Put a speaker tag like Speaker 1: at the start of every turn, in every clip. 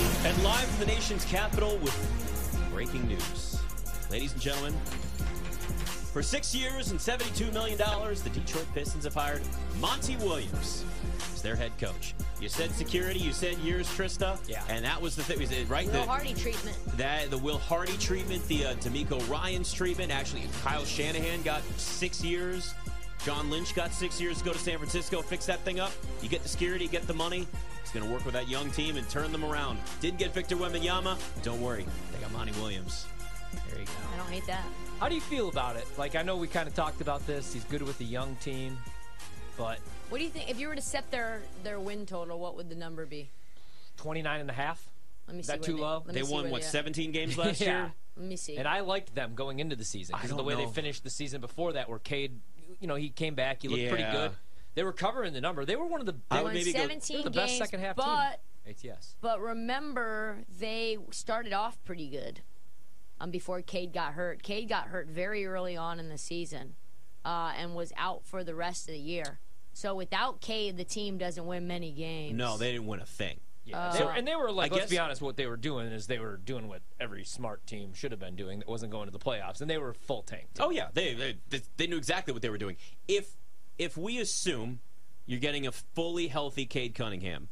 Speaker 1: And live from the nation's capital with breaking news. Ladies and gentlemen, for six years and $72 million, the Detroit Pistons have hired Monty Williams as their head coach. You said security, you said years, Trista.
Speaker 2: Yeah.
Speaker 1: And that was the thing, was it right?
Speaker 3: Will
Speaker 1: The-
Speaker 3: Hardy treatment.
Speaker 1: that the Will Hardy treatment, the uh, D'Amico Ryan's treatment. Actually, Kyle Shanahan got six years. John Lynch got six years to go to San Francisco, fix that thing up. You get the security, you get the money. He's going to work with that young team and turn them around. Didn't get Victor Wembanyama. Don't worry, they got Monty Williams.
Speaker 2: There you go.
Speaker 3: I don't hate that.
Speaker 2: How do you feel about it? Like, I know we kind of talked about this. He's good with the young team, but
Speaker 3: What do you think? If you were to set their their win total, what would the number be?
Speaker 2: 29 and a half?
Speaker 3: Let me
Speaker 2: Is
Speaker 3: see.
Speaker 2: that
Speaker 3: where
Speaker 2: too low?
Speaker 3: Let
Speaker 1: They
Speaker 3: me see
Speaker 1: won,
Speaker 3: where
Speaker 1: what,
Speaker 3: they are.
Speaker 1: 17 games last
Speaker 2: Yeah.
Speaker 1: year?
Speaker 3: Let me see.
Speaker 2: And I liked them going into the season because of the
Speaker 1: don't
Speaker 2: way
Speaker 1: know.
Speaker 2: they finished the season before that, where Cade, you know, he came back. He looked pretty
Speaker 1: Yeah.
Speaker 2: good. They were covering the number. They were one of the
Speaker 1: I
Speaker 2: they
Speaker 3: They
Speaker 1: would
Speaker 2: were
Speaker 3: won
Speaker 1: maybe go-
Speaker 3: 17
Speaker 2: the
Speaker 3: games,
Speaker 2: best second half
Speaker 3: but
Speaker 2: team. E ATS.
Speaker 3: but remember they started off pretty good. Um, before Cade got hurt, Cade got hurt very early on in the season, uh, and was out for the rest of the year. So without Cade, the team doesn't win many games.
Speaker 1: No, they didn't win a thing.
Speaker 2: Yeah,
Speaker 3: Uh,
Speaker 2: they were, and they were like,
Speaker 1: I
Speaker 2: let's
Speaker 1: guess-
Speaker 2: be honest, what they were doing is they were doing what every smart team should have been doing that wasn't going to the playoffs, and they were full tanked.
Speaker 1: Oh yeah, they, they they- they knew exactly what they were doing. If if we assume you're getting a fully healthy Cade Cunningham,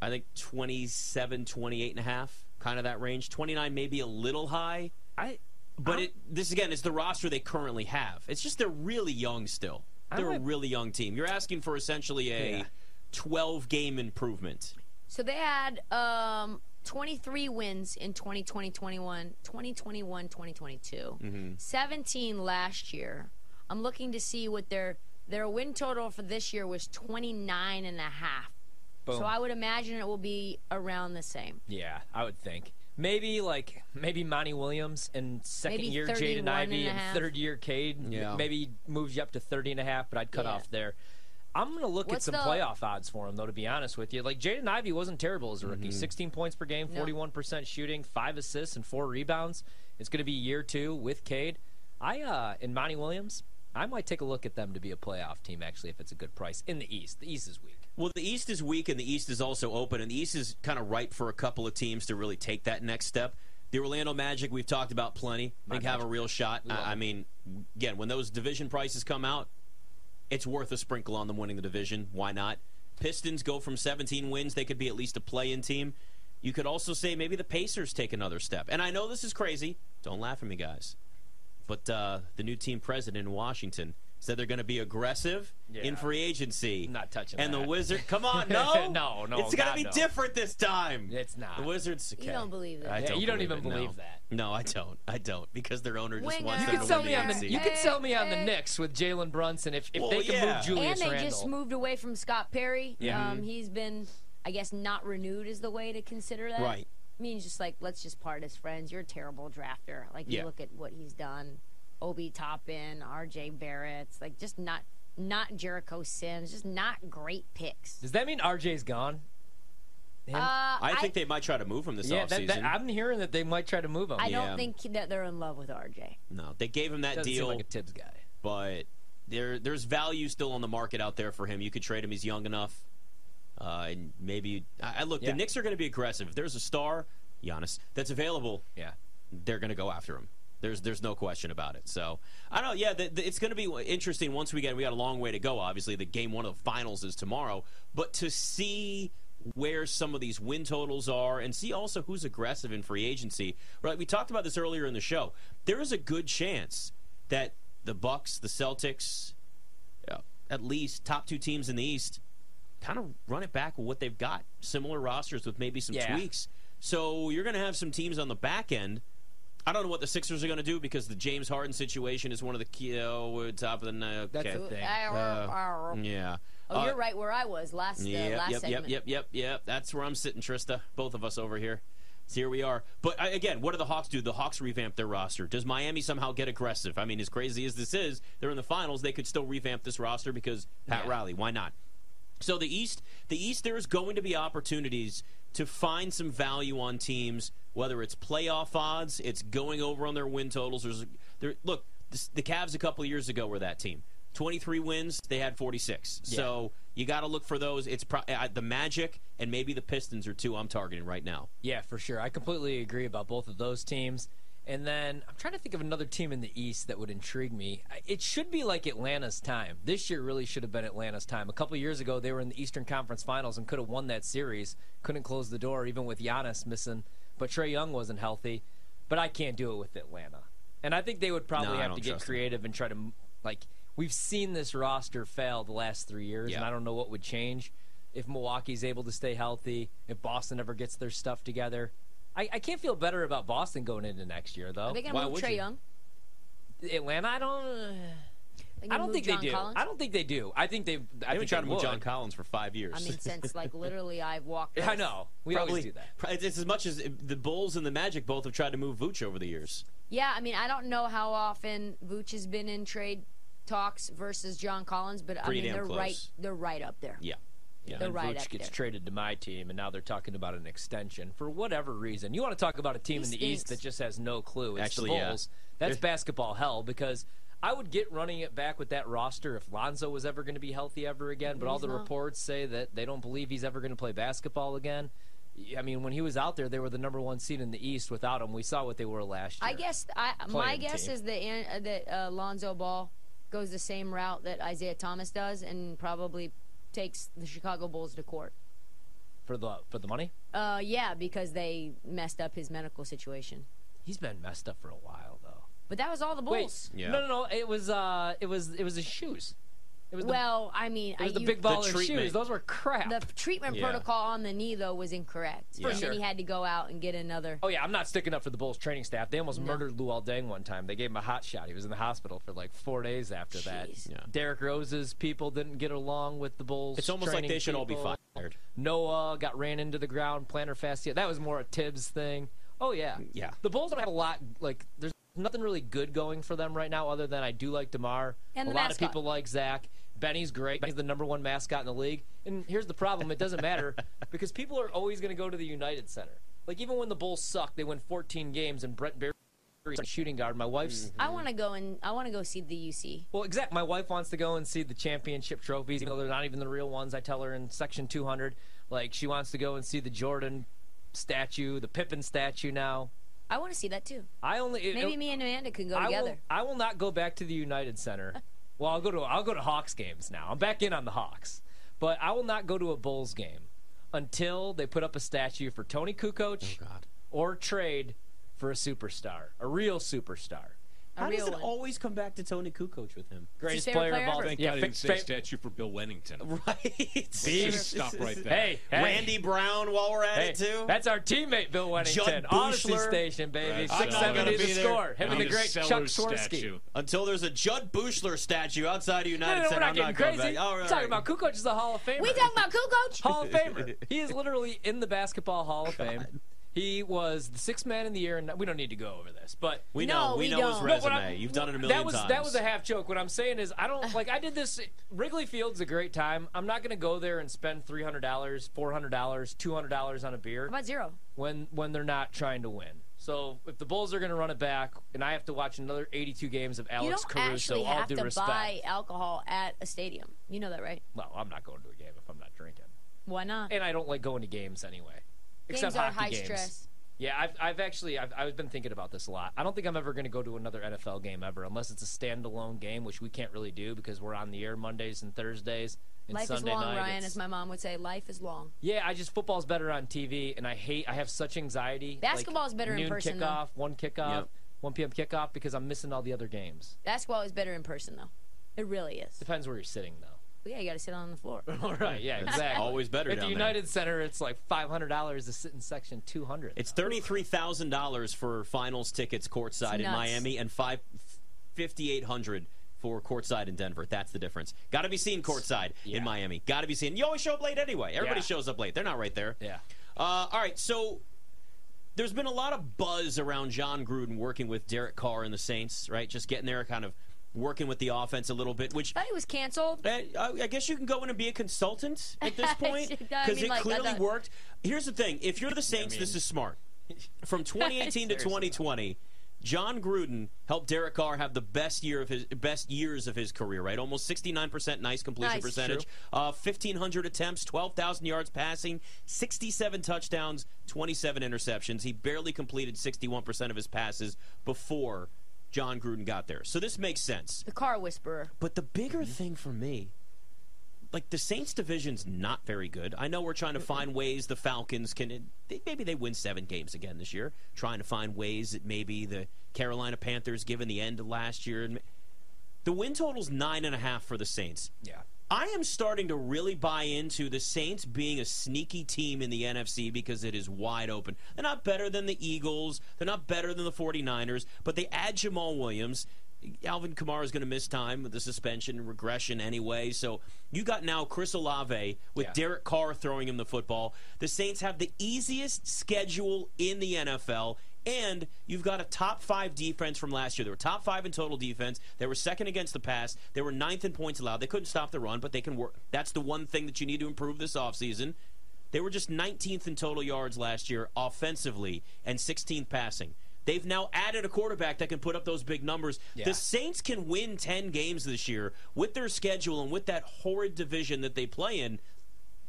Speaker 1: I think 27, 28 and a half, kind of that range. 29 maybe a little high,
Speaker 2: I,
Speaker 1: but
Speaker 2: I'm-
Speaker 1: it, this again is the roster they currently have. It's just they're really young still.
Speaker 2: I
Speaker 1: They're a
Speaker 2: might-
Speaker 1: really young team. You're asking for essentially a
Speaker 2: Yeah.
Speaker 1: 12 game improvement.
Speaker 3: So they had um, 23 wins in 2020, 21, 2021, 2022, 17 last year. I'm looking to see what their their win total for this year was 29 and a half.
Speaker 2: Boom.
Speaker 3: So I would imagine it will be around the same.
Speaker 2: yeah, I would think maybe like maybe Monty Williams and second
Speaker 3: Maybe
Speaker 2: year Jaden
Speaker 3: 31
Speaker 2: Ivey
Speaker 3: and a
Speaker 2: and,
Speaker 3: half.
Speaker 2: third year Cade m-
Speaker 1: Yeah.
Speaker 2: maybe moves you up to 30 and a half, but I'd cut
Speaker 3: Yeah.
Speaker 2: off there. I'm gonna look
Speaker 3: What's
Speaker 2: at some
Speaker 3: the-
Speaker 2: playoff odds for him though. To be honest with you, like Jaden Ivey wasn't terrible as a rookie. 16 points per game,
Speaker 3: No.
Speaker 2: 41 percent shooting, five assists and four rebounds. It's gonna be year two with Cade. I uh and Monty Williams. I might take a look at them to be a playoff team actually if it's a good price in the East. The East is weak.
Speaker 1: Well, the East is weak, and the East is also open, and the East is kind of ripe for a couple of teams to really take that next step. The Orlando Magic we've talked about plenty. I think have a real shot.
Speaker 2: love
Speaker 1: I, I
Speaker 2: them.
Speaker 1: mean, again, when those division prices come out, it's worth a sprinkle on them winning the division. Why not? Pistons go from 17 wins; they could be at least a play-in team. You could also say maybe the Pacers take another step. And I know this is crazy. Don't laugh at me, guys. But uh, the new team president in Washington said they're going to be aggressive in
Speaker 2: Yeah.
Speaker 1: free agency.
Speaker 2: Not touching
Speaker 1: And the
Speaker 2: that.
Speaker 1: Wizard, come on, no,
Speaker 2: No, no,
Speaker 1: it's gonna
Speaker 2: God,
Speaker 1: be
Speaker 2: no.
Speaker 1: different this time.
Speaker 2: It's not.
Speaker 1: The Wizards. Okay.
Speaker 3: You don't believe that.
Speaker 1: I
Speaker 2: Yeah, you don't
Speaker 1: believe
Speaker 2: even
Speaker 1: it, no.
Speaker 2: believe that.
Speaker 1: No, I don't. I don't because their owner just
Speaker 3: Winger.
Speaker 1: wants
Speaker 3: You
Speaker 1: them to win
Speaker 2: You could sell
Speaker 3: Yeah, but
Speaker 2: me
Speaker 1: the
Speaker 2: on the
Speaker 1: AFC.
Speaker 2: you could sell me on the
Speaker 3: Hey.
Speaker 2: Knicks with Jalen Brunson if if
Speaker 1: Well,
Speaker 2: they can
Speaker 1: yeah.
Speaker 2: move Julius
Speaker 3: and they
Speaker 2: Randle.
Speaker 3: just moved away from Scott Perry.
Speaker 2: Yeah.
Speaker 3: Um, he's been, I guess, not renewed is the way to consider that.
Speaker 1: Right.
Speaker 3: means just like let's just part as friends. You're a terrible drafter. Like
Speaker 1: Yeah.
Speaker 3: you look at what he's done, Obi Toppin, R.J. Barrett. It's like just not not Jericho Sims. Just not great picks.
Speaker 2: Does that mean RJ's gone? Him?
Speaker 3: Uh,
Speaker 1: I think they might try to move him this
Speaker 2: yeah, that,
Speaker 1: offseason.
Speaker 2: that, I'm hearing that they might try to move him.
Speaker 3: I don't
Speaker 1: Yeah.
Speaker 3: think that they're in love with R.J.
Speaker 1: no, they gave him that
Speaker 2: Doesn't
Speaker 1: deal,
Speaker 2: seem like a Tibbs guy.
Speaker 1: but there there's value still on the market out there for him. You could trade him. He's young enough. Uh, and maybe I, I look.
Speaker 2: Yeah.
Speaker 1: The Knicks are going to be aggressive. If there's a star, Giannis, that's available.
Speaker 2: Yeah.
Speaker 1: they're going to go after him. There's there's no question about it. So I don't. Yeah, the, the- it's going to be interesting. Once we get we got a long way to go. Obviously, the game one of the finals is tomorrow. But to see where some of these win totals are and see also who's aggressive in free agency. Right, we talked about this earlier in the show. There is a good chance that the Bucks, the Celtics, uh, at least top two teams in the East, kind of run it back with what they've got. Similar rosters with maybe some
Speaker 2: Yeah.
Speaker 1: tweaks. So you're going to have some teams on the back end. I don't know what the Sixers are going to do because the James Harden situation is one of the key. Oh, we're top of the night.
Speaker 2: That's
Speaker 1: Okay.
Speaker 2: a- Thing.
Speaker 3: Oh,
Speaker 1: Yeah. Uh,
Speaker 3: you're right where I was last uh,
Speaker 1: Yep,
Speaker 3: last
Speaker 1: yep,
Speaker 3: segment.
Speaker 1: yep, yep, yep, yep. That's where I'm sitting, Trista. Both of us over here. So here we are. But I, again, what do the Hawks do? The Hawks revamp their roster. Does Miami somehow get aggressive? I mean, as crazy as this is, they're in the finals. They could still revamp this roster because Pat
Speaker 2: Yeah.
Speaker 1: Riley. Why not? So the East, the East, there is going to be opportunities to find some value on teams, whether it's playoff odds, it's going over on their win totals. There's, there, look, this, the Cavs a couple of years ago were that team. 23 wins, they had 46. So You got to look for those. It's pro- uh, the Magic and maybe the Pistons are two I'm targeting right now.
Speaker 2: Yeah, for sure. I completely agree about both of those teams. And then I'm trying to think of another team in the East that would intrigue me. I- It should be like Atlanta's time. This year really should have been Atlanta's time. A couple years ago, they were in the Eastern Conference Finals and could have won that series. Couldn't close the door, even with Giannis missing. But Trey Young wasn't healthy. But I can't do it with Atlanta. And I think they would
Speaker 1: No,
Speaker 2: probably
Speaker 1: I
Speaker 2: have
Speaker 1: don't
Speaker 2: to get
Speaker 1: trust them.
Speaker 2: creative and try to, m- like, we've seen this roster fail the last three years, and
Speaker 1: Yeah.
Speaker 2: I don't know what would change if Milwaukee's able to stay healthy, if Boston ever gets their stuff together. I, I can't feel better about Boston going into next year, though.
Speaker 3: Are they going
Speaker 1: why
Speaker 3: to move
Speaker 1: would
Speaker 3: Trey
Speaker 1: you?
Speaker 3: Young?
Speaker 2: Atlanta, I don't. I
Speaker 3: They gonna
Speaker 2: don't
Speaker 3: move
Speaker 2: think
Speaker 3: John
Speaker 2: they do.
Speaker 3: Collins?
Speaker 2: I don't think they do. I think they've. I
Speaker 1: I've
Speaker 2: think
Speaker 1: been trying
Speaker 2: they
Speaker 1: to move
Speaker 2: would.
Speaker 1: John Collins for five years.
Speaker 3: I mean, since like literally I've walked.
Speaker 2: I
Speaker 3: us.
Speaker 2: know. We always do that.
Speaker 1: pro- It's, it's as much as the Bulls and the Magic both have tried to move Vooch over the years.
Speaker 3: Yeah, I mean, I don't know how often Vooch has been in trade talks versus John Collins, but I
Speaker 1: Pretty
Speaker 3: mean,
Speaker 1: damn
Speaker 3: they're
Speaker 1: close.
Speaker 3: right. They're right up there.
Speaker 1: Yeah. Yeah.
Speaker 3: They're
Speaker 2: And
Speaker 3: right
Speaker 2: Vooch
Speaker 3: up
Speaker 2: gets
Speaker 3: there.
Speaker 2: traded to my team, and now they're talking about an extension for whatever reason. You want to talk about a team
Speaker 3: He
Speaker 2: in the East
Speaker 3: stinks.
Speaker 2: that just has no clue? It's
Speaker 1: Actually,
Speaker 2: the
Speaker 1: yeah.
Speaker 2: Bulls. That's
Speaker 1: There's-
Speaker 2: basketball hell because I would get running it back with that roster if Lonzo was ever going to be healthy ever again. But all
Speaker 3: He's
Speaker 2: the
Speaker 3: not.
Speaker 2: reports say that they don't believe he's ever going to play basketball again. I mean, when he was out there, they were the number one seed in the East. Without him, we saw what they were last year.
Speaker 3: I guess I, my
Speaker 2: Playing
Speaker 3: guess
Speaker 2: team.
Speaker 3: is that An- uh, that uh, Lonzo Ball goes the same route that Isaiah Thomas does, and probably takes the Chicago Bulls to court.
Speaker 2: for the for the money.
Speaker 3: Uh, yeah, because they messed up his medical situation.
Speaker 2: He's been messed up for a while though.
Speaker 3: But that was all the Bulls.
Speaker 1: Yeah.
Speaker 2: no, no, no. It was uh, it was it was his shoes. It was the,
Speaker 3: well, I mean,
Speaker 2: it was the
Speaker 3: you-
Speaker 2: big baller shoes.
Speaker 1: treatment.
Speaker 2: Those were crap.
Speaker 3: the treatment
Speaker 1: Yeah.
Speaker 3: protocol on the knee though was incorrect,
Speaker 1: For
Speaker 3: and
Speaker 2: sure.
Speaker 3: then he had to go out and get another.
Speaker 2: oh yeah, I'm not sticking up for the Bulls training staff. They almost murdered Luol Deng one time. They gave him a hot shot. He was in the hospital for like four days after that.
Speaker 3: Jeez.
Speaker 1: Yeah.
Speaker 2: Derrick Rose's people didn't get along with the Bulls.
Speaker 1: It's almost like
Speaker 2: training
Speaker 1: they should all be
Speaker 2: people.
Speaker 1: fired.
Speaker 2: Noah got ran into the ground, plantar fascia. That was more a Tibbs thing. Oh yeah,
Speaker 1: Yeah.
Speaker 2: The Bulls don't have a lot. Like there's nothing really good going for them right now, other than I do like Demar.
Speaker 3: And
Speaker 2: a
Speaker 3: the
Speaker 2: lot
Speaker 3: mascot.
Speaker 2: of people like Zach. Benny's great. He's the number one mascot in the league. And here's the problem: it doesn't matter because people are always going to go to the United Center. Like even when the Bulls suck, they win 14 games, and Brett Berry, shooting guard. My wife's
Speaker 3: I want to go and I want to go see the UC.
Speaker 2: well, exact. My wife wants to go and see the championship trophies, even though they're not even the real ones. I tell her in section 200, like she wants to go and see the Jordan statue, the Pippin statue. Now,
Speaker 3: I want to see that too.
Speaker 2: I only it-
Speaker 3: Maybe
Speaker 2: it-
Speaker 3: me and Amanda can go
Speaker 2: I
Speaker 3: together.
Speaker 2: will. I will not go back to the United Center. well, I'll go to I'll go to Hawks games now. I'm back in on the Hawks, but I will not go to a Bulls game until they put up a statue for Tony Kukoc
Speaker 4: Oh,
Speaker 1: God.
Speaker 2: or trade for a superstar, a real superstar,
Speaker 3: A
Speaker 1: How
Speaker 3: real
Speaker 1: does it
Speaker 3: one.
Speaker 1: always come back to Tony Kukoc with him?
Speaker 2: greatest
Speaker 3: favorite
Speaker 2: player,
Speaker 3: player
Speaker 2: of all.
Speaker 3: ever.
Speaker 4: Thank
Speaker 2: yeah,
Speaker 4: God I
Speaker 2: fa-
Speaker 4: didn't say
Speaker 2: fa-
Speaker 4: statue for Bill Wennington.
Speaker 1: Right.
Speaker 4: Just stop right there.
Speaker 2: Hey, hey.
Speaker 1: Randy Brown, while we're at
Speaker 2: Hey,
Speaker 1: it, too.
Speaker 2: That's our teammate, Bill Wennington. Odyssey
Speaker 1: Bushler.
Speaker 2: Station, baby.
Speaker 4: Right,
Speaker 1: I'm not
Speaker 2: 670
Speaker 1: gonna
Speaker 2: to
Speaker 1: be there.
Speaker 2: score. Him and
Speaker 4: Need
Speaker 2: the
Speaker 4: a
Speaker 2: great Chuck
Speaker 4: seller's
Speaker 2: Swirsky.
Speaker 4: statue.
Speaker 1: Until there's a Judd Bushler statue outside the
Speaker 2: No, no,
Speaker 1: United
Speaker 2: no, we're
Speaker 1: Center,
Speaker 2: not
Speaker 1: I'm
Speaker 2: getting
Speaker 1: not coming
Speaker 2: crazy.
Speaker 1: back. All
Speaker 2: We're
Speaker 1: right.
Speaker 2: talking about Kukoc is the Hall of Famer.
Speaker 3: we talking about Kukoc?
Speaker 2: Hall of Famer. He is literally in the Basketball Hall of Fame. He was the sixth man in the year, and we don't need to go over this, but
Speaker 1: We
Speaker 3: No,
Speaker 1: know, we,
Speaker 3: we
Speaker 1: know his
Speaker 3: don't.
Speaker 2: But what
Speaker 1: resume.
Speaker 2: I'm-
Speaker 1: You've done it a million
Speaker 2: that was
Speaker 1: times.
Speaker 2: that was a half joke. What I'm saying is, I don't like. I did this. Wrigley Field's a great time. I'm not going to go there and spend three hundred dollars, four hundred dollars, two hundred dollars on a beer
Speaker 3: How about zero?
Speaker 2: when when they're not trying to win. So if the Bulls are going to run it back, and I have to watch another 82 games of
Speaker 3: You
Speaker 2: Alex
Speaker 3: don't
Speaker 2: Caruso,
Speaker 3: actually
Speaker 2: all
Speaker 3: have
Speaker 2: due
Speaker 3: to
Speaker 2: respect.
Speaker 3: buy alcohol at a stadium. You know that, right?
Speaker 2: Well, I'm not going to a game if I'm not drinking,
Speaker 3: Why not?
Speaker 2: and I don't like going to games anyway, except
Speaker 3: Games are
Speaker 2: hockey
Speaker 3: high
Speaker 2: games.
Speaker 3: stress.
Speaker 2: Yeah, I've, I've actually I've, I've been thinking about this a lot. I don't think I'm ever going to go to another NFL game ever, unless it's a standalone game, which we can't really do because we're on the air Mondays and Thursdays and
Speaker 3: Life
Speaker 2: Sunday
Speaker 3: is long,
Speaker 2: night.
Speaker 3: Ryan,
Speaker 2: it's-
Speaker 3: as my mom would say. Life is long.
Speaker 2: Yeah, I just football's better on TV, and I hate. I have such anxiety.
Speaker 3: Basketball's
Speaker 2: like,
Speaker 3: better in
Speaker 2: noon
Speaker 3: person, though.
Speaker 2: Kickoff, one kickoff,
Speaker 1: Yep.
Speaker 2: one p.m. kickoff because I'm missing all the other games.
Speaker 3: Basketball is better in person, though. It really is.
Speaker 2: Depends where you're sitting, though.
Speaker 3: But yeah, you got to sit on the floor.
Speaker 2: all right, yeah, exactly.
Speaker 1: always better
Speaker 2: At the
Speaker 1: down there.
Speaker 2: United Center, it's like five hundred dollars to sit in section two hundred.
Speaker 1: It's thirty-three thousand dollars for finals tickets courtside in
Speaker 3: nuts.
Speaker 1: Miami, and five fifty-eight hundred for courtside in Denver. That's the difference. Got to be seen courtside
Speaker 2: Yeah.
Speaker 1: in Miami. Got to be seen. You always show up late anyway. Everybody
Speaker 2: Yeah.
Speaker 1: shows up late. They're not right there.
Speaker 2: Yeah.
Speaker 1: Uh, all right. So there's been a lot of buzz around John Gruden working with Derek Carr and the Saints. Right, just getting there, kind of working with the offense a little bit, which
Speaker 3: Thought he was canceled.
Speaker 1: uh, I I guess you can go in and be a consultant at this point
Speaker 3: I
Speaker 1: because
Speaker 3: mean,
Speaker 1: it
Speaker 3: like, uh,
Speaker 1: clearly
Speaker 3: that-
Speaker 1: worked. Here's the thing: if you're the Saints, this
Speaker 4: mean-
Speaker 1: is smart. From 2018 to
Speaker 2: Seriously.
Speaker 1: 2020, John Gruden helped Derek Carr have the best year of his best years of his career, right? Almost 69% nice completion
Speaker 3: Nice.
Speaker 1: percentage, uh, 1,500 attempts, 12,000 yards passing, 67 touchdowns, 27 interceptions. He barely completed 61% of his passes before John Gruden got there. So this makes sense.
Speaker 3: The car whisperer.
Speaker 1: But the bigger thing for me, like the Saints division's not very good. I know we're trying to find ways the Falcons can they, maybe they win seven games again this year. Trying to find ways that maybe the Carolina Panthers, given the end of last year, and the win total's nine and a half for the Saints.
Speaker 2: Yeah.
Speaker 1: I am starting to really buy into the Saints being a sneaky team in the NFC because it is wide open. They're not better than the Eagles, they're not better than the 49ers, but they add Jamal Williams. Alvin Kamara is going to miss time with the suspension regression anyway. So you got now Chris Olave with
Speaker 2: Yeah.
Speaker 1: Derek Carr throwing him the football. The Saints have the easiest schedule in the NFL. And you've got a top five defense from last year. They were top five in total defense. They were second against the pass. They were ninth in points allowed. They couldn't stop the run, but they can work. That's the one thing that you need to improve this offseason. They were just 19th in total yards last year offensively and 16th passing. They've now added a quarterback that can put up those big numbers.
Speaker 2: Yeah.
Speaker 1: The Saints can win 10 games this year with their schedule and with that horrid division that they play in.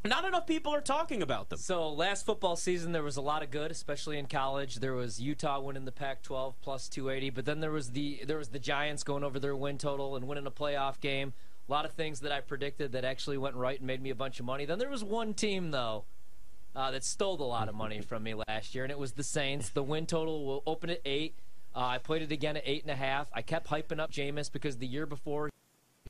Speaker 1: Not enough people are talking about them.
Speaker 2: So last football season, there was a lot of good, especially in college. There was Utah winning the Pac-12 plus 280, but then there was the there was the Giants going over their win total and winning a playoff game. A lot of things that I predicted that actually went right and made me a bunch of money. Then there was one team though uh, that stole a lot of money from me last year, and it was the Saints. The win total will open at eight. Uh, I played it again at eight and a half. I kept hyping up Jameis because the year before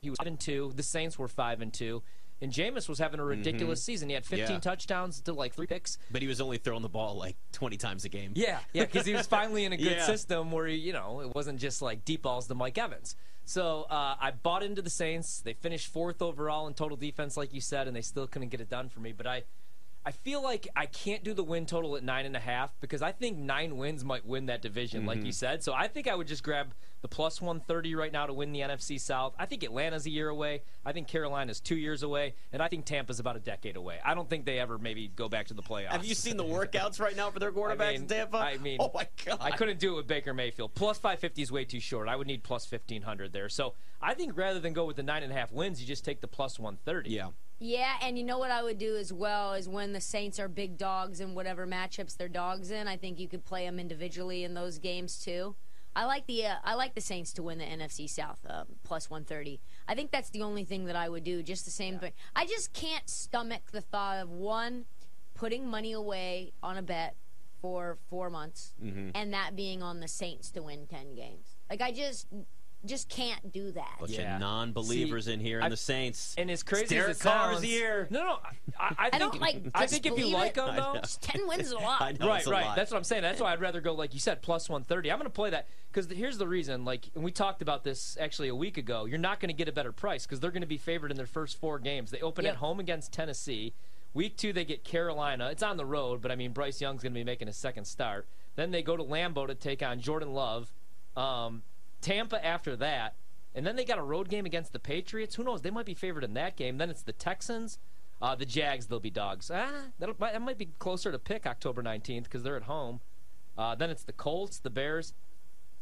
Speaker 2: he was five and two. The Saints were five and two, and Jameis was having a ridiculous season. He had 15
Speaker 1: Yeah.
Speaker 2: touchdowns to like three picks.
Speaker 1: But he was only throwing the ball like 20 times a game.
Speaker 2: Yeah, yeah, because he was finally in a good
Speaker 1: Yeah.
Speaker 2: system where he, you know it wasn't just like deep balls to Mike Evans. So uh, I bought into the Saints. They finished fourth overall in total defense, like you said, and they still couldn't get it done for me. But I, I feel like I can't do the win total at nine and a half because I think nine wins might win that division, like
Speaker 1: Mm-hmm.
Speaker 2: you said. So I think I would just grab the plus one thirty right now to win the NFC South. I think Atlanta's a year away. I think Carolina's two years away, and I think Tampa's about a decade away. I don't think they ever maybe go back to the playoffs.
Speaker 1: Have you seen the workouts right now for their quarterbacks
Speaker 2: I mean-
Speaker 1: in Tampa?
Speaker 2: I mean,
Speaker 1: oh my god!
Speaker 2: I couldn't do it with Baker Mayfield. Plus 550 is way too short. I would need plus 1500 there. So I think rather than go with the nine and a half wins, you just take the plus 130.
Speaker 1: Yeah,
Speaker 3: Yeah, and you know what I would do as well is when the Saints are big dogs in whatever matchups they're dogs in, I think you could play them individually in those games too. I like the uh, I like the Saints to win the NFC South uh, plus 130. I think that's the only thing that I would do. Just the same thing. I just can't stomach the thought of one putting money away on a bet for four months
Speaker 1: Mm-hmm.
Speaker 3: and that being on the Saints to win ten games. Like I just just can't do that.
Speaker 1: bunch
Speaker 2: Yeah.
Speaker 1: of non-believers
Speaker 2: See,
Speaker 1: in here, and
Speaker 2: I-
Speaker 1: the Saints.
Speaker 2: And as crazy
Speaker 1: Derek
Speaker 2: as it
Speaker 1: Carr's
Speaker 2: sounds,
Speaker 1: here.
Speaker 2: No, no. I, I, think,
Speaker 3: I don't like.
Speaker 2: I think if you
Speaker 3: disbelieve
Speaker 2: like
Speaker 3: it.
Speaker 2: them
Speaker 1: know.
Speaker 2: though,
Speaker 3: Just ten wins is a lot.
Speaker 1: I know
Speaker 2: right,
Speaker 1: it's a
Speaker 2: right.
Speaker 1: lot.
Speaker 2: That's what I'm saying. That's why I'd rather go, like you said, plus 130. I'm going to play that because here's the reason. Like, and we talked about this actually a week ago. You're not going to get a better price because they're going to be favored in their first four games. They open
Speaker 3: Yep.
Speaker 2: at home against Tennessee. Week two, they get Carolina. It's on the road, but I mean, Bryce Young's going to be making his second start. Then they go to Lambeau to take on Jordan Love. Um, Tampa after that. And then they got a road game against the Patriots. Who knows? They might be favored in that game. Then it's the Texans. Uh, the Jags, they'll be dogs. Ah, that'll, might- that might be closer to pick October 19th because they're at home. Uh, then it's the Colts, the Bears.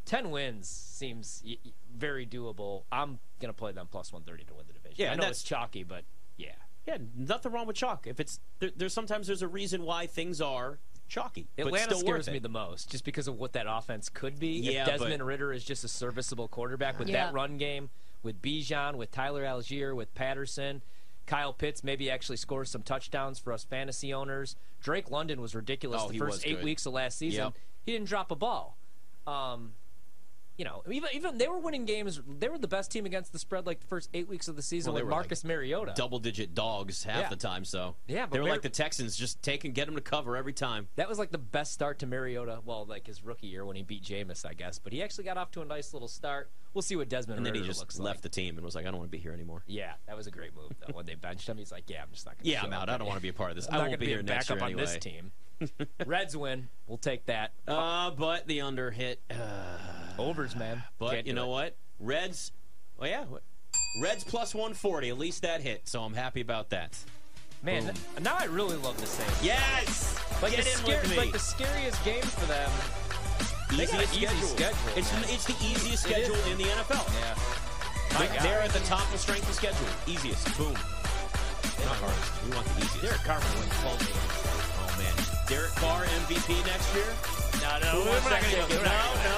Speaker 2: 10 wins seems y- y- very doable. I'm going to play them plus 130 to win the division.
Speaker 1: Yeah,
Speaker 2: I
Speaker 1: and
Speaker 2: know
Speaker 1: that's-
Speaker 2: it's chalky, but yeah.
Speaker 1: Yeah, nothing wrong with chalk. If it's there, there's sometimes there's a reason why things are chalky. but
Speaker 2: Atlanta
Speaker 1: still
Speaker 2: scares
Speaker 1: worth
Speaker 2: me
Speaker 1: it.
Speaker 2: the most just because of what that offense could be.
Speaker 1: Yeah, but-
Speaker 2: if Desmond Ritter is just a serviceable quarterback with
Speaker 3: Yeah.
Speaker 2: that run game, with Bijan, with Tyler Algier, with Patterson, Kyle Pitts maybe actually scores some touchdowns for us fantasy owners. Drake London was ridiculous
Speaker 1: Oh,
Speaker 2: the
Speaker 1: he was
Speaker 2: first eight
Speaker 1: good.
Speaker 2: weeks of last season.
Speaker 1: Yep.
Speaker 2: He didn't drop a ball. Um, you know, even even they were winning games. They were the best team against the spread like the first eight weeks of the season
Speaker 1: Well, they
Speaker 2: with
Speaker 1: were, like,
Speaker 2: Marcus Mariota.
Speaker 1: Double digit dogs half
Speaker 2: Yeah.
Speaker 1: the time, so
Speaker 2: Yeah, but
Speaker 1: they were
Speaker 2: Mar-
Speaker 1: like the Texans, just take and get them to cover every time.
Speaker 2: That was like the best start to Mariota. Well, like his rookie year when he beat Jameis, I guess. But he actually got off to a nice little start. We'll see what Desmond
Speaker 1: And then he
Speaker 2: Ritter
Speaker 1: just
Speaker 2: looks
Speaker 1: left
Speaker 2: like.
Speaker 1: the team and was like, I don't want to be here anymore.
Speaker 2: Yeah, that was a great move though. When they benched him, he's like, "Yeah, I'm just not going."
Speaker 1: Yeah, I'm out. I don't want to be a part of this. I
Speaker 2: not
Speaker 1: won't
Speaker 2: gonna
Speaker 1: be
Speaker 2: be
Speaker 1: here
Speaker 2: a
Speaker 1: next year
Speaker 2: backup on
Speaker 1: anyway.
Speaker 2: this team. Reds win. We'll take that.
Speaker 1: Uh, but the under hit. uh,
Speaker 2: Overs, man.
Speaker 1: But
Speaker 2: Can't
Speaker 1: you
Speaker 2: do
Speaker 1: know
Speaker 2: it.
Speaker 1: what? Reds. Oh yeah. what- Reds plus 140. At least that hit, so I'm happy about that.
Speaker 2: man.
Speaker 1: Boom.
Speaker 2: th- Now I really love the Saints.
Speaker 1: Yes.
Speaker 2: Like
Speaker 1: get
Speaker 2: the
Speaker 1: in
Speaker 2: scar-
Speaker 1: with me.
Speaker 2: like the scariest game for them
Speaker 1: Easiest
Speaker 4: got an easy
Speaker 1: schedule.
Speaker 4: schedule,
Speaker 1: It's,
Speaker 4: man.
Speaker 1: it's the easiest schedule in the NFL.
Speaker 4: Yeah.
Speaker 1: They're-
Speaker 4: My God.
Speaker 1: They're at the top of strength of schedule. Easiest. Boom. Not hardest. We want the easiest.
Speaker 4: Derek Carver wins both games.
Speaker 1: Oh man, Derek Carr MVP next year?
Speaker 4: No, no,
Speaker 1: Who
Speaker 4: we're
Speaker 1: wants
Speaker 4: not
Speaker 1: that
Speaker 4: going to
Speaker 1: ticket?
Speaker 4: go.
Speaker 1: No, no,